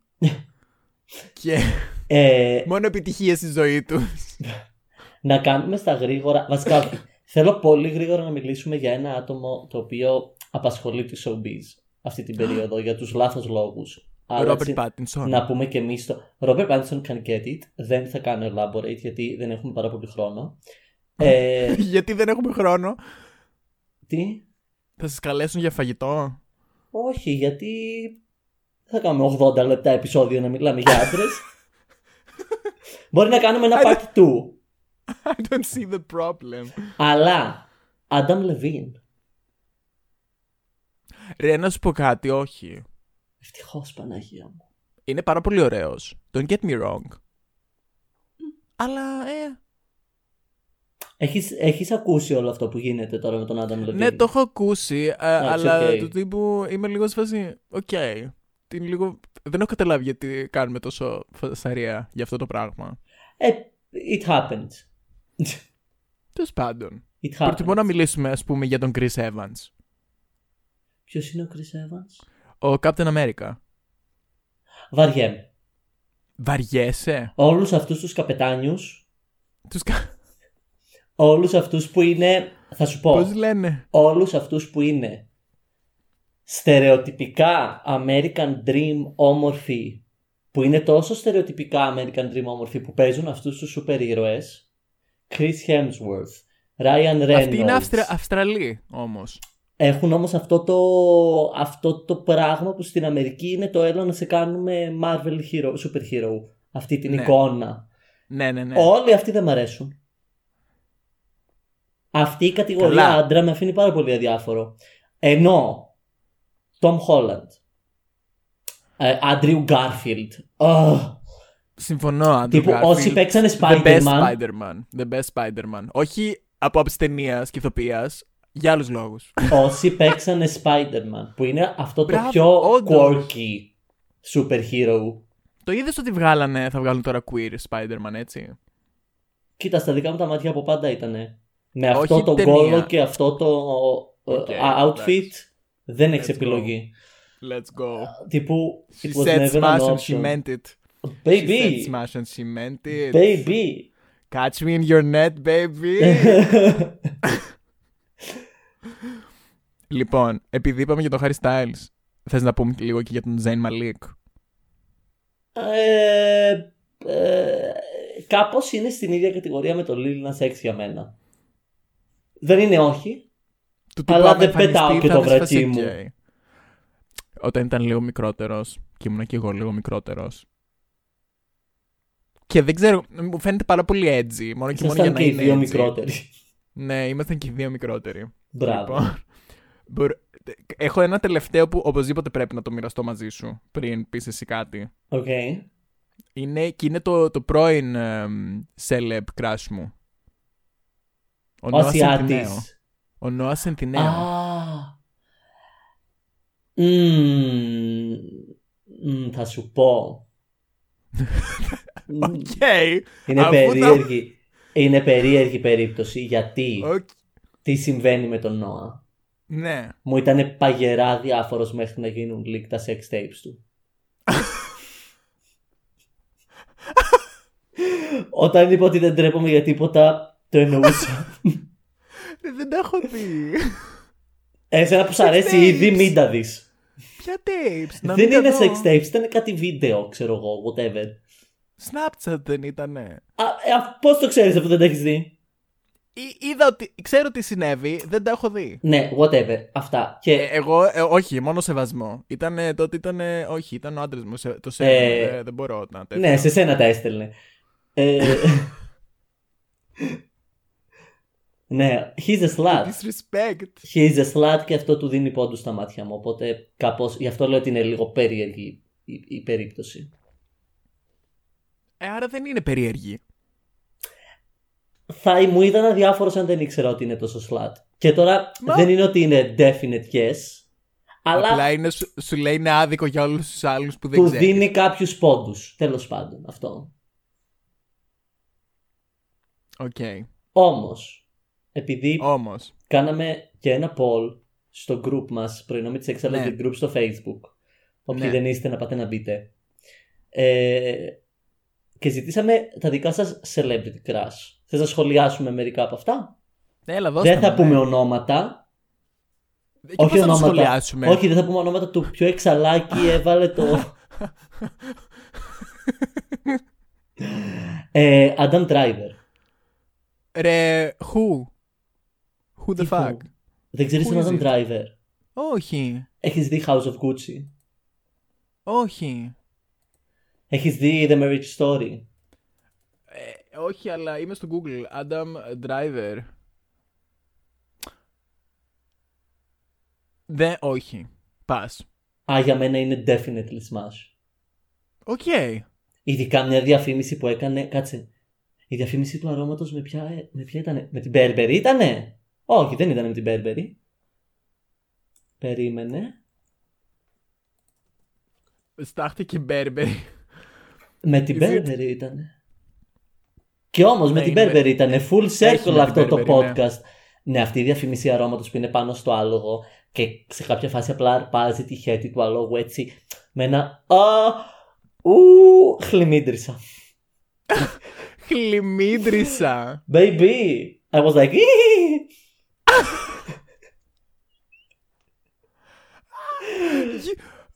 S2: και
S3: Ε,
S2: μόνο επιτυχίες στη ζωή τους.
S3: να κάνουμε στα γρήγορα. Βασικά,
S2: [LAUGHS]
S3: όχι. θέλω πολύ γρήγορα να μιλήσουμε για ένα άτομο το οποίο απασχολεί τη showbiz αυτή την περίοδο για τους λάθος λόγους. Αλλά
S2: Ρόμπερτ
S3: έτσι,
S2: Πάτινσον.
S3: να πούμε και εμείς το... Robert Pattinson can get it. Δεν θα κάνω elaborate γιατί δεν έχουμε πάρα πολύ χρόνο. Ε,
S2: [LAUGHS] Γιατί δεν έχουμε χρόνο.
S3: τι?
S2: Θα σας καλέσουν για φαγητό.
S3: Όχι, γιατί θα κάνουμε 80 λεπτά επεισόδιο να μιλάμε για άντρες.
S2: [LAUGHS]
S3: Μπορεί να κάνουμε ένα part 2.
S2: [LAUGHS] I don't see the problem.
S3: Αλλά, Adam Levine.
S2: Ρε, να σου πω κάτι, όχι.
S3: Ευτυχώς Παναγία μου.
S2: Είναι πάρα πολύ ωραίος. Don't get me wrong. Αλλά, ε,
S3: Έχεις, έχεις ακούσει όλο αυτό που γίνεται τώρα με τον Άνταμ Λεβίν.
S2: ναι, το έχω ακούσει, α,
S3: it's
S2: αλλά
S3: okay.
S2: του τύπου είμαι λίγο σε φάση, οκ. την λίγο... Δεν έχω καταλάβει γιατί κάνουμε τόσο φασαρία για αυτό το πράγμα.
S3: Ε, it happened.
S2: Τέλος πάντων.
S3: It happened.
S2: Προτιμώ να μιλήσουμε, ας πούμε, για τον Chris Evans.
S3: Ποιος είναι ο Chris Evans?
S2: Ο Captain America.
S3: Βαριέμαι.
S2: Βαριέσαι.
S3: Όλους αυτούς τους καπετάνιους,
S2: Τους κα...
S3: όλους αυτούς που είναι, θα σου πω,
S2: Πώς λένε.
S3: όλους αυτούς που είναι στερεοτυπικά American Dream όμορφοι, που είναι τόσο στερεοτυπικά American Dream όμορφοι που παίζουν αυτούς τους σούπερ ήρωες, Chris Hemsworth, Ryan Reynolds.
S2: Αυτή είναι Αυστρα... Αυστραλή, όμως.
S3: Έχουν όμως αυτό το, αυτό το πράγμα που στην Αμερική είναι το έλα να σε κάνουμε Marvel hero, super hero. Αυτή την
S2: Ναι.
S3: εικόνα.
S2: Ναι, ναι, ναι.
S3: Όλοι αυτοί δεν μ' αρέσουν. Αυτή η κατηγορία
S2: Καλά.
S3: άντρα με αφήνει πάρα πολύ αδιάφορο. Ενώ Tom Holland, ε, Andrew Garfield, ugh,
S2: Συμφωνώ, Andrew
S3: τύπου
S2: Garfield.
S3: όσοι παίξανε
S2: The best
S3: Spider-Man,
S2: Spider-Man. The best Spider-Man. Όχι από άψη ταινίας και ηθοποιίας, για άλλους λόγους.
S3: όσοι παίξανε Spider-Man, που είναι αυτό το
S2: Μπράβο,
S3: πιο
S2: όντως.
S3: quirky super hero
S2: το είδες ότι βγάλανε, θα βγάλουν τώρα queer Spider-Man, έτσι.
S3: Κοίτα, στα δικά μου τα μάτια από πάντα ήτανε. Με αυτό
S2: Όχι
S3: το
S2: ταινία.
S3: κόλλο και αυτό το ε,
S2: Οκ,
S3: outfit
S2: εντάξει.
S3: δεν έχεις
S2: Let's
S3: επιλογή.
S2: Let's go.
S3: Ε, Τύπου, it
S2: She
S3: was
S2: said
S3: never an
S2: smash and she
S3: option.
S2: meant it. She said
S3: Baby,
S2: smash and she meant it.
S3: baby.
S2: Catch me in your net,
S3: [LAUGHS]
S2: baby. λοιπόν, επειδή είπαμε για τον Harry Styles, θες να πούμε λίγο και για τον Zayn Malik.
S3: ε, ε, κάπως είναι στην ίδια κατηγορία με το Lil Nas X για μένα. Δεν είναι όχι.
S2: Του
S3: Αλλά
S2: τύπου, άμα
S3: δεν
S2: εμφανιστεί,
S3: πετάω και
S2: θα
S3: το
S2: δεις
S3: βρατσί
S2: φασί
S3: μου.
S2: γκέι. Όταν ήταν λίγο μικρότερος και ήμουν και εγώ λίγο μικρότερος. Και δεν ξέρω, μου φαίνεται πάρα πολύ edgy. Μόνο και μόνο για
S3: Ήσασταν
S2: να
S3: και οι
S2: είναι
S3: δύο
S2: edgy. [LAUGHS]
S3: μικρότεροι.
S2: Ναι, ήμασταν και οι δύο μικρότεροι.
S3: Μπράβο.
S2: Λοιπόν, μπορώ- Έχω ένα τελευταίο που οπωσδήποτε πρέπει να το μοιραστώ μαζί σου πριν πεις εσύ κάτι.
S3: Οκ.
S2: Είναι, και είναι το, το πρώην εμ, celeb crush μου. Ο
S3: Ο
S2: Νόα Σεντινέο.
S3: Ασιάτης.
S2: Ο Νόας Σεντινέο.
S3: Α. Μμμ. Μμμ, Θα σου
S2: [LAUGHS]
S3: πω. Μμμ,
S2: Οκ.
S3: Είναι
S2: αφού
S3: περίεργη. Είναι περίεργη περίπτωση γιατί
S2: Οκ.
S3: τι συμβαίνει με τον Νόα.
S2: Ναι.
S3: Μου ήταν παγερά διάφορος μέχρι να γίνουν leak τα sex tapes του. Όταν είπα ότι δεν τρέπομαι για τίποτα,
S2: [LAUGHS]
S3: το εννοούσα.
S2: Ε, Δεν τα έχω [LAUGHS] δει.
S3: Εσένα που σ'
S2: Sex
S3: αρέσει
S2: tapes.
S3: ήδη, μην τα δεις.
S2: Ποια tapes. να μην
S3: δεν
S2: τα
S3: είναι
S2: δω.
S3: sex tapes, ήταν κάτι βίντεο, ξέρω εγώ, whatever.
S2: Snapchat δεν ήτανε.
S3: Α, ε, α, πώς το ξέρεις αυτό δεν τα έχεις δει.
S2: Ή- είδα ότι. Ξέρω τι συνέβη, δεν τα έχω δει.
S3: Ναι, whatever, αυτά. Και
S2: Ε, εγώ, ε, όχι, μόνο σεβασμό. Ήτανε, τότε ήταν. όχι, ήταν ο άντρας μου. σε- το σέβομαι.
S3: Ε,
S2: δεν- δεν μπορώ να. τέτοιο.
S3: ναι, σε σένα τα έστελνε.
S2: [LAUGHS]
S3: Ε, [LAUGHS] ναι, he's a slut.
S2: Disrespect.
S3: He's a slut και αυτό του δίνει πόντους στα μάτια μου. Οπότε κάπως, γι' αυτό λέω ότι είναι λίγο περίεργη η, η περίπτωση.
S2: Ε, άρα δεν είναι περίεργη.
S3: Θα μου ήταν αδιάφορος αν δεν ήξερα ότι είναι τόσο slut. Και τώρα
S2: Μα-
S3: δεν είναι ότι είναι definite yes, αλλά
S2: Απλά είναι, σου, σου λέει είναι άδικο για όλους τους άλλους που δεν
S3: του
S2: ξέρεις.
S3: δίνει κάποιους πόντους. Τέλος πάντων, αυτό.
S2: Οκ.
S3: Όμως, επειδή
S2: Όμως.
S3: κάναμε και ένα poll στο group μας, πρωινό τη Excel
S2: Ναι.
S3: και group στο facebook, όποιοι
S2: Ναι.
S3: δεν είστε να πάτε να μπείτε, ε, και ζητήσαμε τα δικά σας celebrity crush. Θες να σχολιάσουμε μερικά από αυτά.
S2: Έλα, δώστε
S3: δεν θα
S2: μου,
S3: πούμε
S2: ναι. Ε,
S3: ονόματα.
S2: Και πώς
S3: όχι
S2: θα το
S3: ονόματα.
S2: σχολιάσουμε.
S3: Όχι, δεν θα πούμε ονόματα του πιο εξαλάκι έβαλε το... ε, Adam Driver.
S2: Ρε, who? Who the
S3: Τι
S2: fuck?
S3: who? Δεν ξέρεις
S2: Who
S3: τον
S2: is it?
S3: Adam Driver.
S2: Όχι.
S3: Έχεις δει House of Gucci.
S2: Όχι.
S3: Έχεις δει The Marriage Story.
S2: Ε, όχι, αλλά είμαι στο Google. Adam Driver. Δεν, όχι. Πας.
S3: Α, για μένα είναι definitely smash.
S2: Οκ.
S3: Ειδικά μια διαφήμιση που έκανε. Κάτσε. Η διαφήμιση του αρώματος με ποια, με ποια ήταν. Με την Burberry ήτανε. Όχι, δεν ήταν με την Burberry. Περίμενε.
S2: Στάχτηκε Μπέρμπερι. [LAUGHS]
S3: Με την
S2: Is it-
S3: Burberry ήταν. Και όμως με
S2: Ναι,
S3: την
S2: είναι-
S3: Burberry ήταν full
S2: Έχει με
S3: circle
S2: την
S3: αυτό το
S2: Burberry, ναι.
S3: podcast. Ναι, αυτή η διαφήμιση αρώματος που είναι πάνω στο άλογο και σε κάποια φάση απλά αρπάζει τη χέτη του αλόγου έτσι με ένα. Α, ου, χλιμίντρισα.
S2: Χλιμίντρισα.
S3: Baby! I was like. [LAUGHS] «Ee».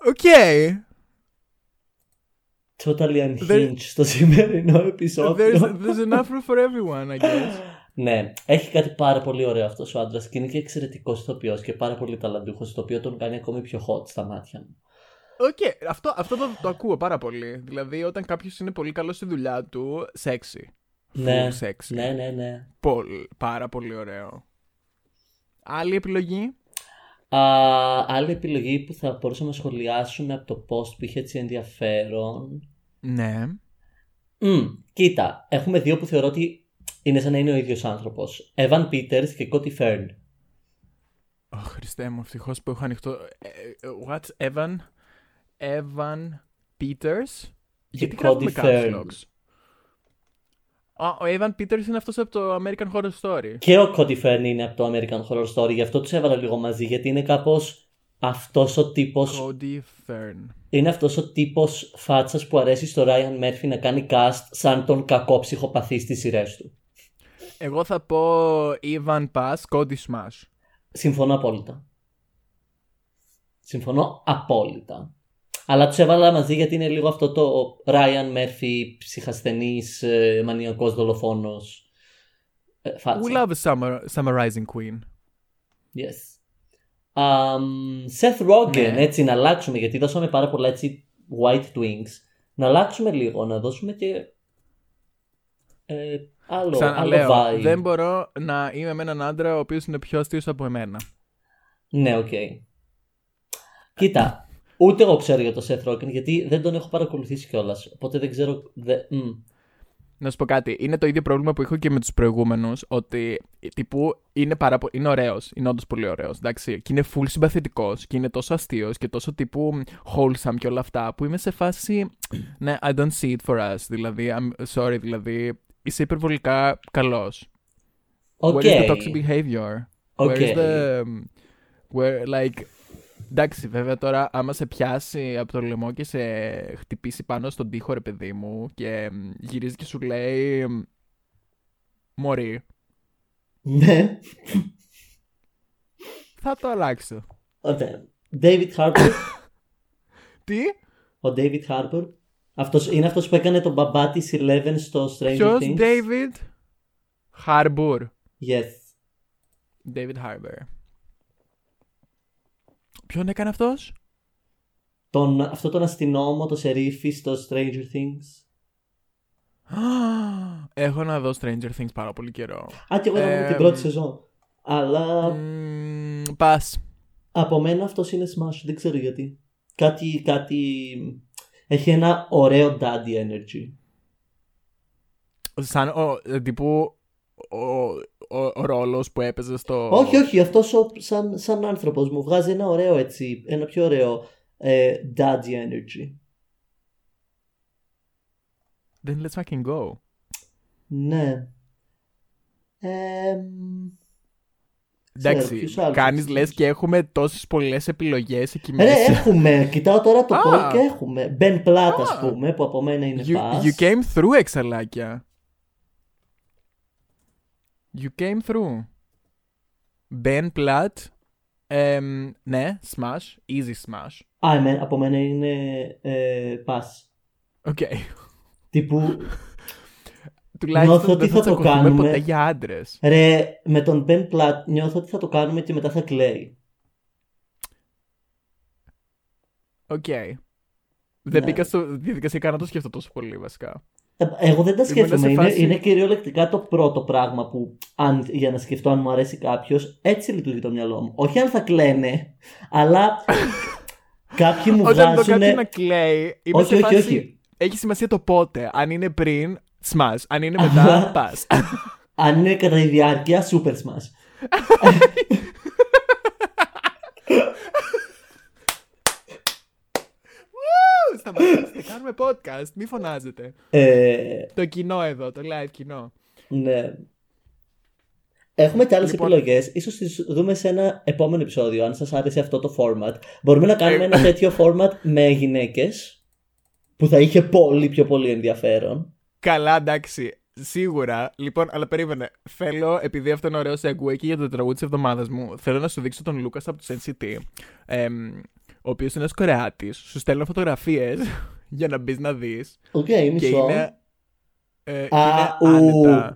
S2: Οκ.
S3: Totally
S2: There-
S3: unhinged στο σημερινό
S2: There's,
S3: επεισόδιο.
S2: there's enough room for everyone, I guess.
S3: ναι, έχει κάτι πάρα πολύ ωραίο αυτός ο άντρας και είναι και εξαιρετικός ηθοποιός και πάρα πολύ ταλαντούχος, το οποίο τον κάνει ακόμη πιο hot στα μάτια μου.
S2: Οκ, αυτό, αυτό το, το ακούω πάρα πολύ. Δηλαδή, όταν κάποιος είναι πολύ καλός στη δουλειά του, σεξι.
S3: Ναι,
S2: Full ε. sexy.
S3: ναι, ναι. ναι.
S2: Πολύ, πάρα πολύ ωραίο. Άλλη επιλογή.
S3: Α, άλλη επιλογή που θα μπορούσαμε να σχολιάσουμε από το post που είχε έτσι ενδιαφέρον.
S2: Ναι.
S3: Μμ, κοίτα, έχουμε δύο που θεωρώ ότι είναι σαν να είναι ο ίδιος άνθρωπος. Evan Peters και Cody Fern.
S2: Ω, Χριστέ μου, ευτυχώς που έχω ανοιχτό. Ε, ε, What's Evan. Evan Peters. Γιατί
S3: Cody
S2: κρατούμε caps
S3: Fern.
S2: locks. Α, Ο Evan Peters είναι αυτός από το American Horror Story.
S3: Και ο Cody Fern είναι από το American Horror Story, γι' αυτό τους έβαλα λίγο μαζί, γιατί είναι κάπως αυτός ο τύπος.
S2: Cody Fern.
S3: Είναι αυτός ο τύπος φάτσας που αρέσει στο Ryan Murphy να κάνει cast σαν τον κακό ψυχοπαθή στις σειρές του.
S2: Εγώ θα πω Ivan Pass, Cody Smash.
S3: Συμφωνώ απόλυτα. Συμφωνώ απόλυτα. Αλλά τους έβαλα μαζί γιατί είναι λίγο αυτό το Ryan Murphy, ψυχασθενής, ε, μανιακός δολοφόνος. ε, Φάτσα.
S2: We love a summer, summarizing queen.
S3: Yes. Um, Seth Rogen,
S2: Ναι.
S3: έτσι να αλλάξουμε, γιατί δώσαμε πάρα πολλά έτσι white twins. Να αλλάξουμε λίγο, να δώσουμε και ε, άλλο, άλλο
S2: Ξαναλέω,
S3: vibe.
S2: δεν μπορώ να είμαι με έναν άντρα ο οποίος είναι πιο αστείος από εμένα.
S3: Ναι, οκ. Κοίτα, ούτε εγώ ξέρω για τον Seth Rogen γιατί δεν τον έχω παρακολουθήσει κιόλας. Οπότε δεν ξέρω. Δε... μ.
S2: Να σου πω κάτι. Είναι το ίδιο πρόβλημα που είχα και με τους προηγούμενους. Ότι τύπου είναι, πάρα πο- είναι ωραίος. Είναι όντως πολύ ωραίος. Εντάξει. Και είναι full συμπαθητικός. Και είναι τόσο αστείος και τόσο τύπου wholesome και όλα αυτά. Που είμαι σε φάση. [CLEARS THROAT] Ναι, I don't see it for us. Δηλαδή, I'm sorry. Δηλαδή, είσαι υπερβολικά καλός.
S3: Οκ.
S2: Where is the toxic behavior? Where
S3: Οκ.
S2: is the. um, Where, like. Εντάξει, βέβαια τώρα, άμα σε πιάσει από το λαιμό και σε χτυπήσει πάνω στον τοίχο, ρε παιδί μου, και μ, γυρίζει και σου λέει. μ, Μωρή,
S3: Ναι.
S2: θα το αλλάξω.
S3: Ωραία. David Harbour.
S2: Τι,
S3: ο David Harbour. Αυτός, είναι αυτός που έκανε τον μπαμπά της Eleven στο Stranger
S2: ποιος,
S3: Things.
S2: David Harbour.
S3: Yes.
S2: David Harbour. Ποιον έκανε αυτός,
S3: Τον, αυτό τον αστυνόμο, το σερίφι στο Stranger Things.
S2: [GASPS] Έχω να δω Stranger Things πάρα πολύ καιρό.
S3: Α, και εγώ είδα μόνο
S2: Ε,
S3: την πρώτη
S2: μ.
S3: σεζόν. Αλλά
S2: Πας.
S3: Από μένα αυτός είναι smash, δεν ξέρω γιατί. Κάτι, κάτι... Έχει ένα ωραίο daddy energy.
S2: Σαν ο, ε, τύπου ο, ο, ο ρόλος που έπαιζε στο...
S3: Όχι, όχι, αυτός ο, σαν, σαν άνθρωπος μου βγάζει ένα ωραίο έτσι, ένα πιο ωραίο ε, daddy energy.
S2: Then let's fucking go.
S3: Ναι. Ε, μ, Ξέρω,
S2: Εντάξει,
S3: ποιους άλλους
S2: κάνεις
S3: έχεις.
S2: λες και έχουμε τόσες πολλές επιλογές εκεί
S3: Ε, ρε,
S2: μέσα.
S3: έχουμε, κοιτάω τώρα το
S2: Ναι, Α.
S3: poll και έχουμε. Ben Platt, ας
S2: Α.
S3: πούμε, που από μένα είναι
S2: You,
S3: pass.
S2: you came through, εξαλάκια. You came through. Ben Platt. εμ, ναι, smash. Easy smash.
S3: Α, εμέ- από μένα είναι ε, pass.
S2: Οκ.
S3: Τύπου,
S2: [LAUGHS] Τουλάχιστον
S3: ότι
S2: δεν
S3: θα
S2: θα
S3: το
S2: τσακωθούμε
S3: κάνουμε.
S2: ποτέ για άντρες.
S3: ρε, με τον Ben Platt νιώθω ότι θα το κάνουμε και μετά θα κλαίει.
S2: Οκ. Δεν
S3: Ναι.
S2: μπήκα στο στη διαδικασία καν να το σκεφτώ τόσο πολύ βασικά.
S3: Ε, Εγώ δεν τα
S2: Ήμουνα
S3: σκέφτομαι.
S2: σε
S3: Είναι,
S2: φάση-
S3: είναι κυριολεκτικά το πρώτο πράγμα που αν, για να σκεφτώ αν μου αρέσει κάποιος, έτσι λειτουργεί το μυαλό μου. Όχι αν θα κλαίνε, αλλά κάποιοι μου
S2: Όταν το [LAUGHS]
S3: βγάζουν.
S2: κάποιο να κλαίει, είμαι
S3: Όχι,
S2: σε
S3: όχι,
S2: φάση...
S3: όχι.
S2: Έχει σημασία το πότε. Αν είναι πριν, smash. Αν είναι μετά,
S3: [LAUGHS]
S2: pass.
S3: Αν είναι κατά τη διάρκεια, super smash.
S2: Σταματήστε, κάνουμε podcast. Μη φωνάζετε.
S3: Ε,
S2: Το κοινό εδώ, το live κοινό.
S3: ναι. Έχουμε και άλλες
S2: Λοιπόν.
S3: επιλογές. Ίσως τις δούμε σε ένα επόμενο επεισόδιο, αν σας άρεσε αυτό το format. Μπορούμε να κάνουμε
S2: Ε,
S3: ένα τέτοιο format με γυναίκες, που θα είχε πολύ πιο πολύ ενδιαφέρον.
S2: Καλά, εντάξει. Σίγουρα. Λοιπόν, αλλά περίμενε. Θέλω, επειδή αυτό είναι ωραίο segue και για το τραγούδι της εβδομάδας μου, θέλω να σου δείξω τον Λούκα από τους NCT. εμ, ο οποίος είναι ένας Κορεάτης. Σου στέλνω φωτογραφίες για να μπεις να δεις.
S3: Οκ,
S2: Και
S3: μισό.
S2: είναι. Ε, και
S3: Α,
S2: είναι
S3: ου,
S2: άνετα.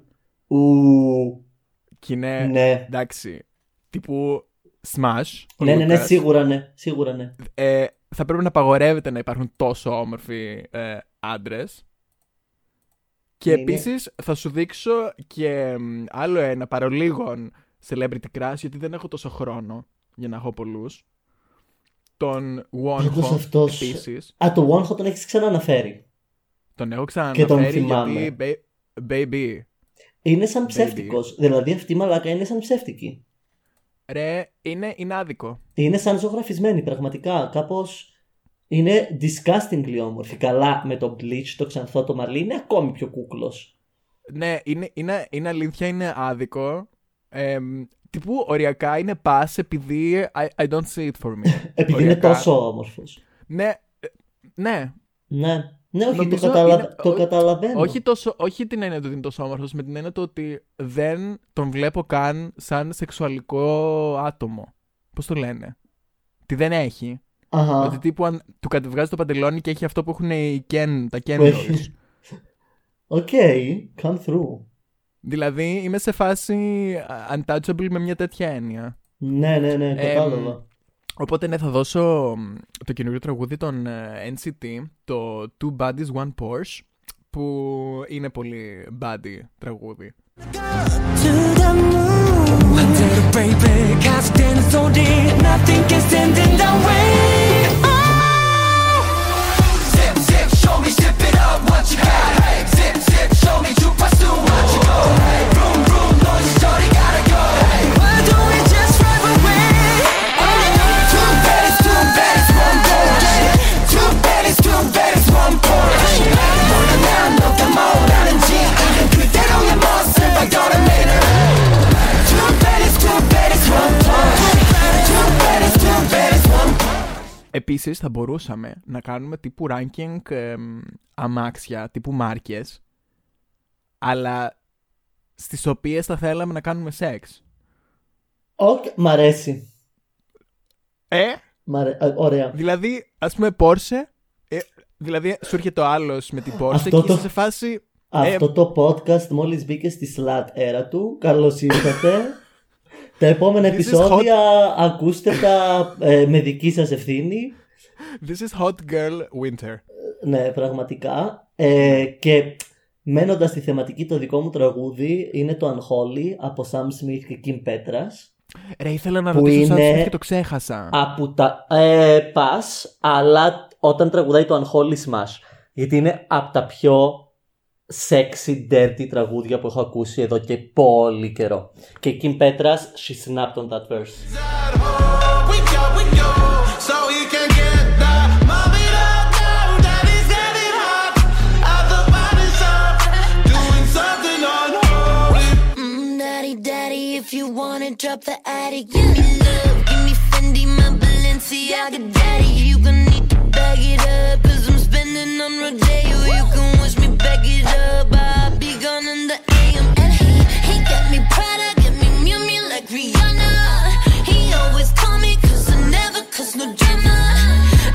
S2: Ε,
S3: ου,
S2: Και είναι.
S3: ναι.
S2: Εντάξει. Τύπου. Smash. ο
S3: Ναι, ναι, ναι,
S2: Λούκας.
S3: σίγουρα ναι, σίγουρα ναι.
S2: Ε, θα πρέπει να απαγορεύεται να υπάρχουν τόσο όμορφοι ε, άντρες. Και
S3: Ναι, ναι.
S2: επίσης θα σου δείξω και μ, άλλο ένα παρολίγον celebrity crush, γιατί δεν έχω τόσο χρόνο για να έχω πολλούς. Τον
S3: Πάντως
S2: Wonho
S3: αυτός- ε,
S2: επίσης.
S3: Α, το One Hot τον έχεις ξανααναφέρει.
S2: Τον έχω
S3: Και τον
S2: ξαναναφέρει
S3: θυμάμαι.
S2: γιατί ba- baby.
S3: Είναι σαν
S2: Baby.
S3: ψεύτικος. Δηλαδή αυτή η μαλάκα είναι σαν ψεύτικη.
S2: Ρε, είναι, είναι άδικο.
S3: Είναι σαν ζωγραφισμένη πραγματικά. Κάπως είναι disgustingly όμορφη. Καλά με το bleach, το ξανθό το μαλλί είναι ακόμη πιο κούκλος.
S2: Ναι, είναι, είναι, είναι αλήθεια, είναι άδικο. Εμ, τύπου οριακά είναι pass επειδή I, I don't see it for me.
S3: [LAUGHS] Επειδή
S2: Οριακά.
S3: είναι τόσο όμορφος.
S2: Ναι, ε, ναι.
S3: Ναι. Ναι, όχι,
S2: Νομίζω
S3: το, καταλα...
S2: είναι-
S3: το
S2: ό-
S3: καταλαβαίνω.
S2: Όχι, τόσο, όχι την έννοια του ότι είναι τόσο όμορφος, με την έννοια του ότι δεν τον βλέπω καν σαν σεξουαλικό άτομο. Πώς το λένε. Τι δεν έχει.
S3: Αχα.
S2: Ότι τύπου αν του κατεβγάζει το παντελόνι και έχει αυτό που έχουν οι Ken, τα Ken
S3: Που έχει.
S2: dolls.
S3: Οκ, come through.
S2: δηλαδή είμαι σε φάση untouchable με μια τέτοια έννοια.
S3: Ναι, ναι, ναι,
S2: Εμ,
S3: κατάλαβα.
S2: Οπότε ναι, θα δώσω μ, το καινούριο τραγούδι των ε, NCT, το Two Buddies, One Porsche, που είναι πολύ buddy τραγούδι.
S4: to the moon. Under the baby, cause then so deep, nothing can stand in the way. Oh. Zip, zip, show me, zip it up, what you got. Hey, zip, zip, show me, you pass through what you go. Hey, vroom, vroom, no, you sorry, gotta go. Hey, why don't we just drive away? Oh, Two babies, two babies, one boy. Two babies, two babies, one boy. 몰라, 난 너가 뭐라는지. 아는 그대로의 모습, I gotta make it. Two babies, two babies, one boy. Two babies, two babies, one boy.
S2: Επίσης θα μπορούσαμε να κάνουμε τύπου ranking εμ, αμάξια, τύπου μάρκες, αλλά στις οποίες θα θέλαμε να κάνουμε σεξ.
S3: Οκ, μ' αρέσει.
S2: Ε,
S3: Μ' αρέ- ε, Ωραία.
S2: δηλαδή ας πούμε Porsche, ε, δηλαδή σου έρχεται ο άλλος με την Porsche
S3: Αυτό
S2: και είσαι
S3: το-
S2: σε φάση... ε,
S3: Αυτό το podcast μόλις μπήκε στη slat era του. Καλώς
S2: [LAUGHS]
S3: ήρθατε. τα επόμενα
S2: This is
S3: επεισόδια ακούστε τα ε, με δική σας ευθύνη.
S2: This is hot girl winter.
S3: Ναι, πραγματικά. Ε, και μένοντας στη θεματική, το δικό μου τραγούδι είναι το Unholy από Sam Smith και Kim Petras.
S2: Ρε, ήθελα να
S3: Που
S2: ρωτήσω σαν
S3: είναι-
S2: και το ξέχασα.
S3: Από τα ε, πας, αλλά όταν τραγουδάει το Unholy Smash. Γιατί είναι από τα πιο sexy, dirty τραγούδια που έχω ακούσει εδώ και πολύ καιρό. Και Kim Petras, she snapped on that verse.
S5: that hole. We go, we go, so he can get that. Mom it up now that he's getting hot. Other bodies up, doing something on hold.
S6: Mm, daddy, daddy, if you wanna drop the attic, give me love, give me Fendi, my Balenciaga daddy. You gon' need to bag it up, cause I'm spending on Rodeo. You can wish me back it up, I'll be gone in the AM. And he, he got me Prada, get me Mew Mew like Rihanna. He always call me, cause I never cause no drama.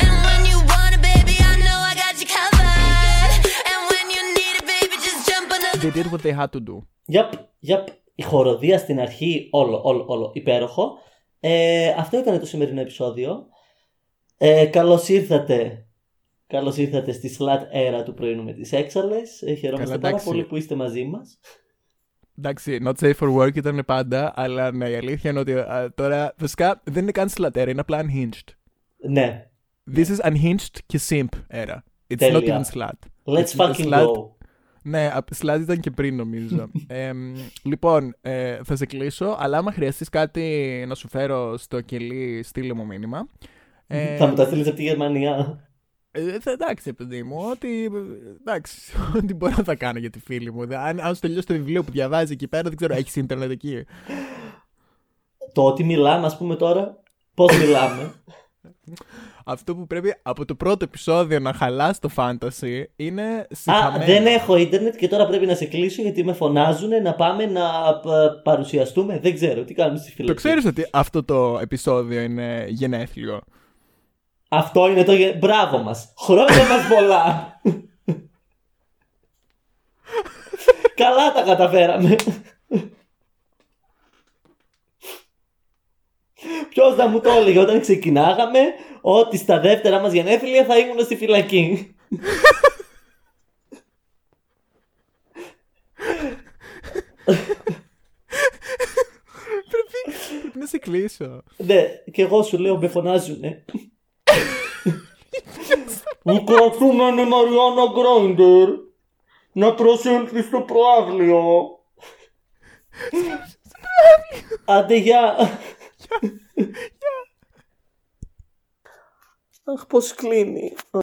S6: And when you want it, baby, I know I got you covered. And when you need it, baby, just jump on the
S2: They did what they had to do.
S3: Yep, yep. Η χοροδία στην αρχή, όλο, όλο, όλο, υπέροχο. Ε, αυτό ήταν το σημερινό επεισόδιο. Ε, καλώς ήρθατε. Καλώς ήρθατε στη Slat Era του πρωινού με τις έξαλες. Ε, χαιρόμαστε
S2: Καλά,
S3: πάρα
S2: εντάξει.
S3: πολύ που είστε μαζί μας.
S2: Εντάξει, not safe for work ήταν πάντα, αλλά ναι, η αλήθεια είναι ότι α, τώρα βασικά δεν είναι καν σλατέρα, είναι απλά unhinged.
S3: Ναι,
S2: This is unhinged και simp era. It's not
S3: Τέλεια.
S2: even slut.
S3: Let's
S2: It's not
S3: fucking
S2: slut.
S3: go.
S2: Ναι, απ- slut ήταν και πριν
S3: [LAUGHS]
S2: νομίζω. ε, μ, λοιπόν, ε, θα σε κλείσω, αλλά άμα χρειαστείς κάτι να σου φέρω στο κελί, στείλε μου μήνυμα. Ε,
S3: Θα μου τα στείλεις από τη Γερμανία.
S2: ε, θα- εντάξει, παιδί μου, ό,τι, ε, εντάξει, [LAUGHS] ό,τι μπορώ θα κάνω για τη φίλη μου. Δε- Αν, αν σου τελειώσει το βιβλίο που διαβάζει εκεί πέρα, δεν ξέρω, έχεις ίντερνετ εκεί.
S3: Το ότι μιλάμε, ας πούμε τώρα, πώς μιλάμε.
S2: Αυτό που πρέπει από το πρώτο επεισόδιο να χαλάς το fantasy είναι
S3: Α,
S2: συχαμένο.
S3: δεν έχω ίντερνετ και τώρα πρέπει να σε κλείσω γιατί με φωνάζουν να πάμε να πα- παρουσιαστούμε. Δεν ξέρω τι κάνουμε στη
S2: Το
S3: φυλακή.
S2: ξέρεις ότι αυτό το επεισόδιο είναι γενέθλιο.
S3: Αυτό είναι το. γε- Μπράβο μας. Χρόνια μας πολλά. Καλά τα καταφέραμε. Ποιος να μου το έλεγε όταν ξεκινάγαμε ότι στα δεύτερα μας γενέθλια θα ήμουν στη φυλακή.
S2: πρέπει, πρέπει να σε κλείσω.
S3: Ναι, και εγώ σου λέω με [LAUGHS] φωνάζουνε. Μου κρατούνανε Μαριάννα Γκρόντερ να προσέλθει στο προάβλιο. Άντε γεια. Αχ, πώς κλείνει.